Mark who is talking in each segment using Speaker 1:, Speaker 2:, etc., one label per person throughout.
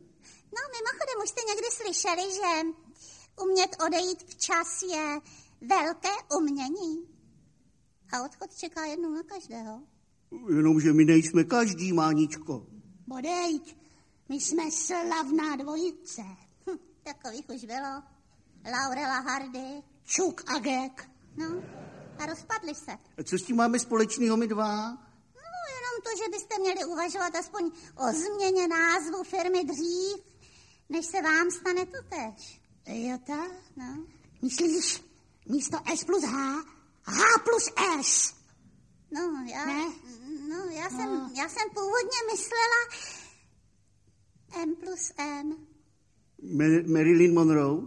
Speaker 1: No, už jste někdy slyšeli, že umět odejít včas je velké umění. A odchod čeká jednou na každého.
Speaker 2: Jenomže my nejsme každý, Máničko.
Speaker 1: Bodejť, my jsme slavná dvojice. Hm, takových už bylo. Laurela Hardy, Čuk a Gek. No, a rozpadli se.
Speaker 2: A co s tím máme společného my dva?
Speaker 1: No, jenom to, že byste měli uvažovat aspoň o změně názvu firmy dřív, než se vám stane to tež.
Speaker 3: Jo, tak?
Speaker 1: No.
Speaker 3: Myslíš, místo S plus H, H plus S.
Speaker 1: No, já,
Speaker 3: Ne?
Speaker 1: no, já, jsem, já jsem původně myslela M plus M.
Speaker 2: Ma- Marilyn Monroe?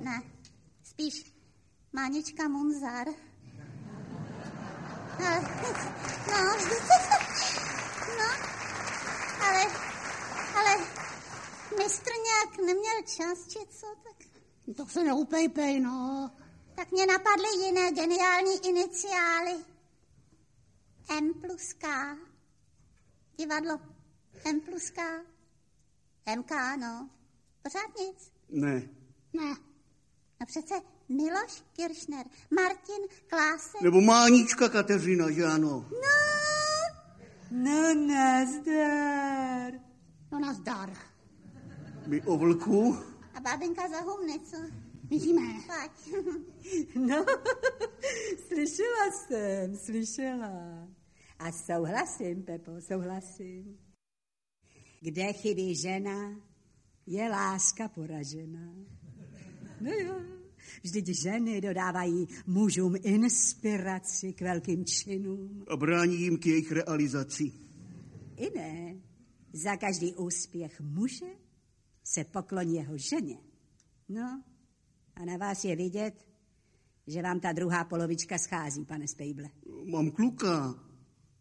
Speaker 1: Ne, spíš Mánička Munzar. Ale, no, no, ale, ale mistr nějak neměl čas, či co, tak,
Speaker 3: To se neupejpej, no.
Speaker 1: tak mě napadly jiné geniální iniciály. M plus K. Divadlo M plus K. MK, no. Pořád nic.
Speaker 2: Ne.
Speaker 1: Ne. No přece Miloš Kiršner, Martin Klásek.
Speaker 2: Nebo Mánička Kateřina, že ano?
Speaker 4: No nazdar.
Speaker 3: No nazdar.
Speaker 2: My o vlku?
Speaker 1: A bábenka za humny, co?
Speaker 3: Vidíme.
Speaker 1: Pojď.
Speaker 4: No, slyšela jsem, slyšela. A souhlasím, Pepo, souhlasím. Kde chybí žena, je láska poražena. No jo, vždyť ženy dodávají mužům inspiraci k velkým činům.
Speaker 2: A brání jim k jejich realizaci.
Speaker 4: I ne, za každý úspěch muže se pokloní jeho ženě. No, a na vás je vidět, že vám ta druhá polovička schází, pane Spejble.
Speaker 2: Mám kluka.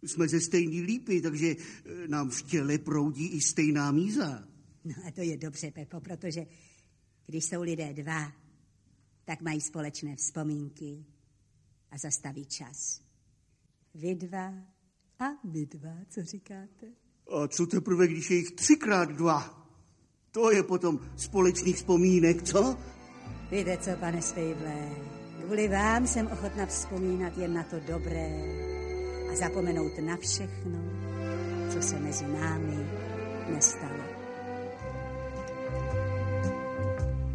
Speaker 2: Jsme ze stejný lípy, takže eh, nám v těle proudí i stejná míza.
Speaker 4: No a to je dobře, Pepo, protože když jsou lidé dva, tak mají společné vzpomínky a zastaví čas. Vy dva a my dva, co říkáte?
Speaker 2: A co teprve, když je jich třikrát dva? To je potom společných vzpomínek, co?
Speaker 4: Víte co, pane Spejble, kvůli vám jsem ochotna vzpomínat jen na to dobré a zapomenout na všechno, co se mezi námi nestalo.